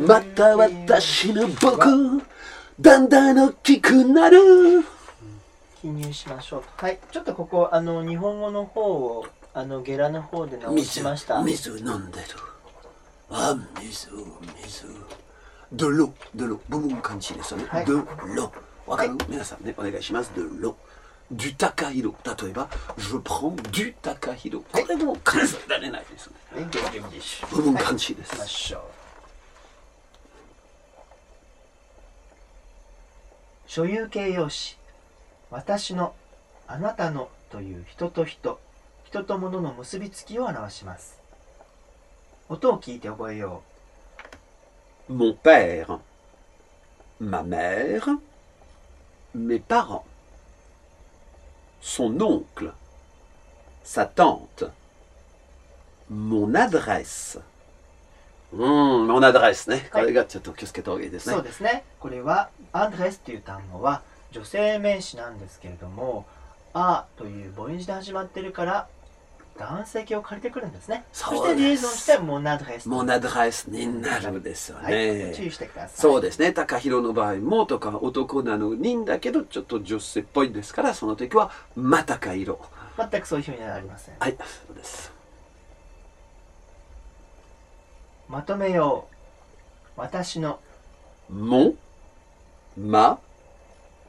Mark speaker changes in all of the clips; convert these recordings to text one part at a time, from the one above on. Speaker 1: また私の僕だんだん大きくなる
Speaker 2: 記入しましょうはいちょっとここあの日本語の方をあのゲラの方で直し
Speaker 1: 水
Speaker 2: ました
Speaker 1: 水飲んでるあ水水でろでろ部分感じですよね、
Speaker 2: はい
Speaker 1: でろわかる、
Speaker 2: は
Speaker 1: 皆さんねお願いしますでろdu takahiro 例えば je prends du takahiro これも感じられないですね
Speaker 2: 元気元気でしょ
Speaker 1: 部分感じです、
Speaker 2: 行きましょう所有形容詞私のあなたのという人と人人と物の結びつきを表します音を聞いて覚えよ
Speaker 1: Mon père, ma mère, mes parents, son oncle, sa tante, mon adresse. Hmm, mon adresse ね。これがちょっと気をつけた方がいいで
Speaker 2: う
Speaker 1: すね
Speaker 2: そう。ですねこれはアドレスという単語は女性名詞なんですけれども「あ」という母音字で始まってるから男性形を借りてくるんですねそ
Speaker 1: そうで
Speaker 2: して
Speaker 1: す
Speaker 2: リエーゾンして「モナアドレス」
Speaker 1: mon adresse になるんですよ
Speaker 2: は
Speaker 1: ね。
Speaker 2: い、注意してください
Speaker 1: そうですね。高弘の場合もとか男なのにだけどちょっと女性っぽいですから、その時はまたか色。
Speaker 2: 全くそういうふうにはなりません
Speaker 1: はい、そうです。
Speaker 2: まとめよう私の
Speaker 1: mon, ma,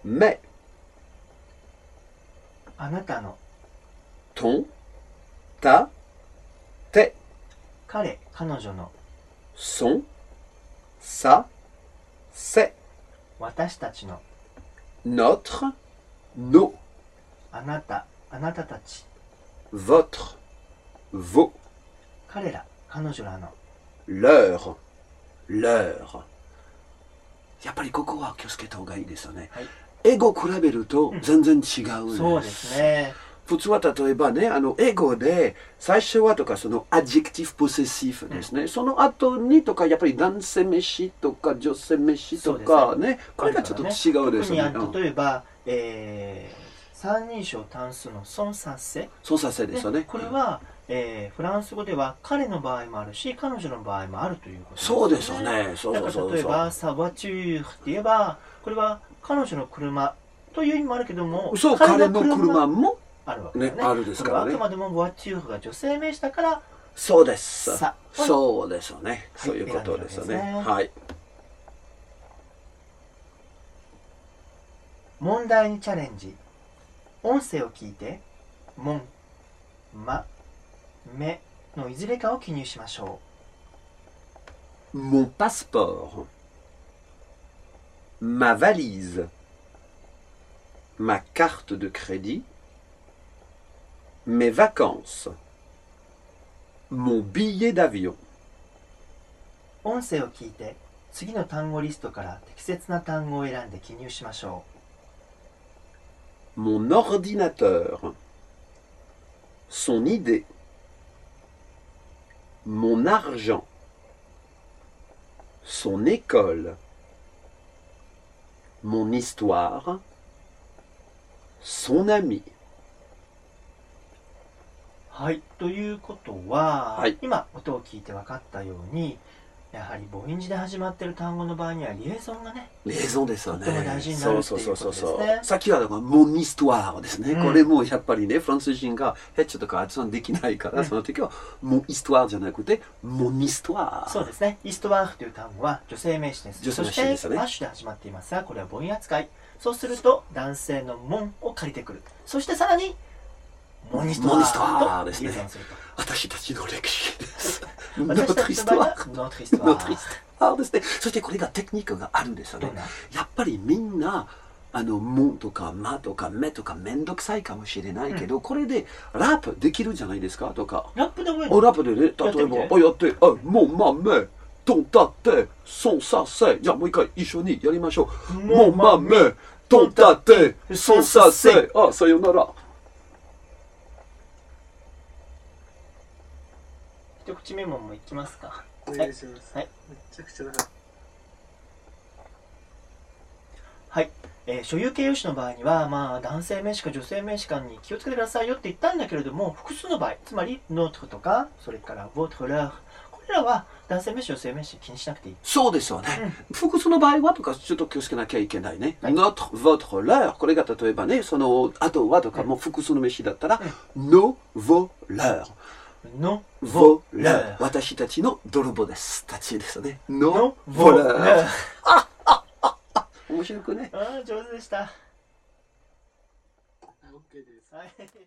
Speaker 1: mes,
Speaker 2: あなたの
Speaker 1: ton, ta, tes,
Speaker 2: 彼彼女の
Speaker 1: son, sa, ses,
Speaker 2: 私たちの
Speaker 1: notre, nos,
Speaker 2: あなたあなたたち
Speaker 1: votre, vos,
Speaker 2: 彼ら彼女らの
Speaker 1: leur, leur. やっぱりここは気をつけた方がいいですよね。
Speaker 2: はい
Speaker 1: 英語比べると全然違うね。
Speaker 2: そうですね
Speaker 1: 普通は例えばね、あの、英語で、最初はとか、その、アジェクティブ・ポセシフですね。その後にとか、やっぱり男性飯とか、女性飯と
Speaker 2: そ
Speaker 1: か
Speaker 2: う
Speaker 1: ね、これがちょっと違うです
Speaker 2: 特に
Speaker 1: よ
Speaker 2: あ
Speaker 1: ね。う
Speaker 2: の
Speaker 1: ん
Speaker 2: 例えば、えー三人称単数の孫三世
Speaker 1: そうさせですよね。
Speaker 2: これは、えーフランス語では彼の場合もあるし彼女の場合もあるということです
Speaker 1: そうですよね。そう
Speaker 2: だ
Speaker 1: そ
Speaker 2: か
Speaker 1: うそ
Speaker 2: ら
Speaker 1: う
Speaker 2: 例えば
Speaker 1: そ
Speaker 2: サバチューって言えばこれは彼女の車という意味もあるけども
Speaker 1: う。そう、彼の
Speaker 2: も
Speaker 1: 車も、
Speaker 2: あるわけだ
Speaker 1: ね
Speaker 2: よ、ね
Speaker 1: あるです
Speaker 2: そ
Speaker 1: か
Speaker 2: れは
Speaker 1: ら
Speaker 2: あく
Speaker 1: ね。
Speaker 2: までもボアチューフが女性名詞だから
Speaker 1: そうです。
Speaker 2: さ
Speaker 1: そうですよね。
Speaker 2: はい
Speaker 1: そういうことですよね。
Speaker 2: 選んだわけですね
Speaker 1: はい。
Speaker 2: 問題にチャレンジ音声を聞いて「もん」「ま」「め」のいずれかを記入しましょ
Speaker 1: Mon passeport. Ma valise. Ma carte de crédit. Mes vacances. Mon billet d'avion.
Speaker 2: う音声を聞いて次の単語リストから適切な単語を選んで記入しましょ
Speaker 1: Mon ordinateur. Son idée. Mon argent. Son école. Mon histoire. Son ami.
Speaker 2: うはいということは、
Speaker 1: はい
Speaker 2: 今音を聞いて分かったようにやはり母音字で始まってる単語の場合にはリエゾンがね
Speaker 1: 冷蔵ですよね
Speaker 2: とても大事。にな
Speaker 1: そ
Speaker 2: る
Speaker 1: う
Speaker 2: って
Speaker 1: そ
Speaker 2: いううこ
Speaker 1: そ
Speaker 2: と
Speaker 1: う
Speaker 2: です
Speaker 1: そ
Speaker 2: ね
Speaker 1: うそう。さっきはだからモンイストアーですね、
Speaker 2: うん
Speaker 1: これもやっぱりね、フランス人がえちょっと発音できないから、
Speaker 2: うん
Speaker 1: その時はモンイストアーじゃなくてモンイストアー。
Speaker 2: そうですね。イストワーフという単語は女性名詞です。
Speaker 1: 女性名詞ですよね
Speaker 2: そして、アッシュで始まっていますが、これは母音扱い。そうすると、男性の門を借りてくる。そしてさらに、モニスト
Speaker 1: モニスト
Speaker 2: ワ
Speaker 1: ワ
Speaker 2: ー
Speaker 1: ー
Speaker 2: と
Speaker 1: ですね
Speaker 2: リエゾンすると。
Speaker 1: 私たちの歴史です。
Speaker 2: 私た
Speaker 1: notre
Speaker 2: ちの場合
Speaker 1: histoire
Speaker 2: は、ノートイストワ
Speaker 1: ノートイ
Speaker 2: ー
Speaker 1: ス。あですね。そしてこれがテクニックがあるんですよ
Speaker 2: ど
Speaker 1: ね
Speaker 2: ん。な
Speaker 1: やっぱりみんな、あの、もとか、まとか、めとか、めんどくさいかもしれないけど、これでラップできるじゃないですかとか、
Speaker 2: ラップで覚え
Speaker 1: お
Speaker 2: る
Speaker 1: ラップでね、
Speaker 2: やって
Speaker 1: 例え
Speaker 2: みて
Speaker 1: ば、あ、やって、あ、もう、ま、め、とんたって、そんさせ。じゃあもう一回一緒にやりましょう。
Speaker 2: も
Speaker 1: も
Speaker 2: う
Speaker 1: う、
Speaker 2: ま
Speaker 1: ま、め、とんたって、そんさせ。あ、さよなら。
Speaker 2: 一口メモもいきますか。
Speaker 3: お願いします。
Speaker 2: はい。
Speaker 3: めちゃくちゃだな。
Speaker 2: はい。えー所有形容詞の場合には、まあ、男性名詞か女性名詞かに気をつけてくださいよって言ったんだけれども、複数の場合、つまり、ノートとか、それから、ボトラー、これららは男性名詞、女性名詞気にしなくていい。
Speaker 1: そうですよね。複数の場合はとか、ちょっと気をつけなきゃいけないね。notre、votre、leur。これが例えばね、その、あとはとかも複数の名詞だったら、nos、vos、leur。
Speaker 2: の、
Speaker 1: voleur
Speaker 2: ラ
Speaker 1: 私たちの泥棒です。たちですよね。の
Speaker 2: の、
Speaker 1: ボ
Speaker 2: ボラ
Speaker 1: ラ
Speaker 2: ー
Speaker 1: ー。面白くね。
Speaker 2: Ah, ああ、上手でした。
Speaker 3: OK です。
Speaker 2: はい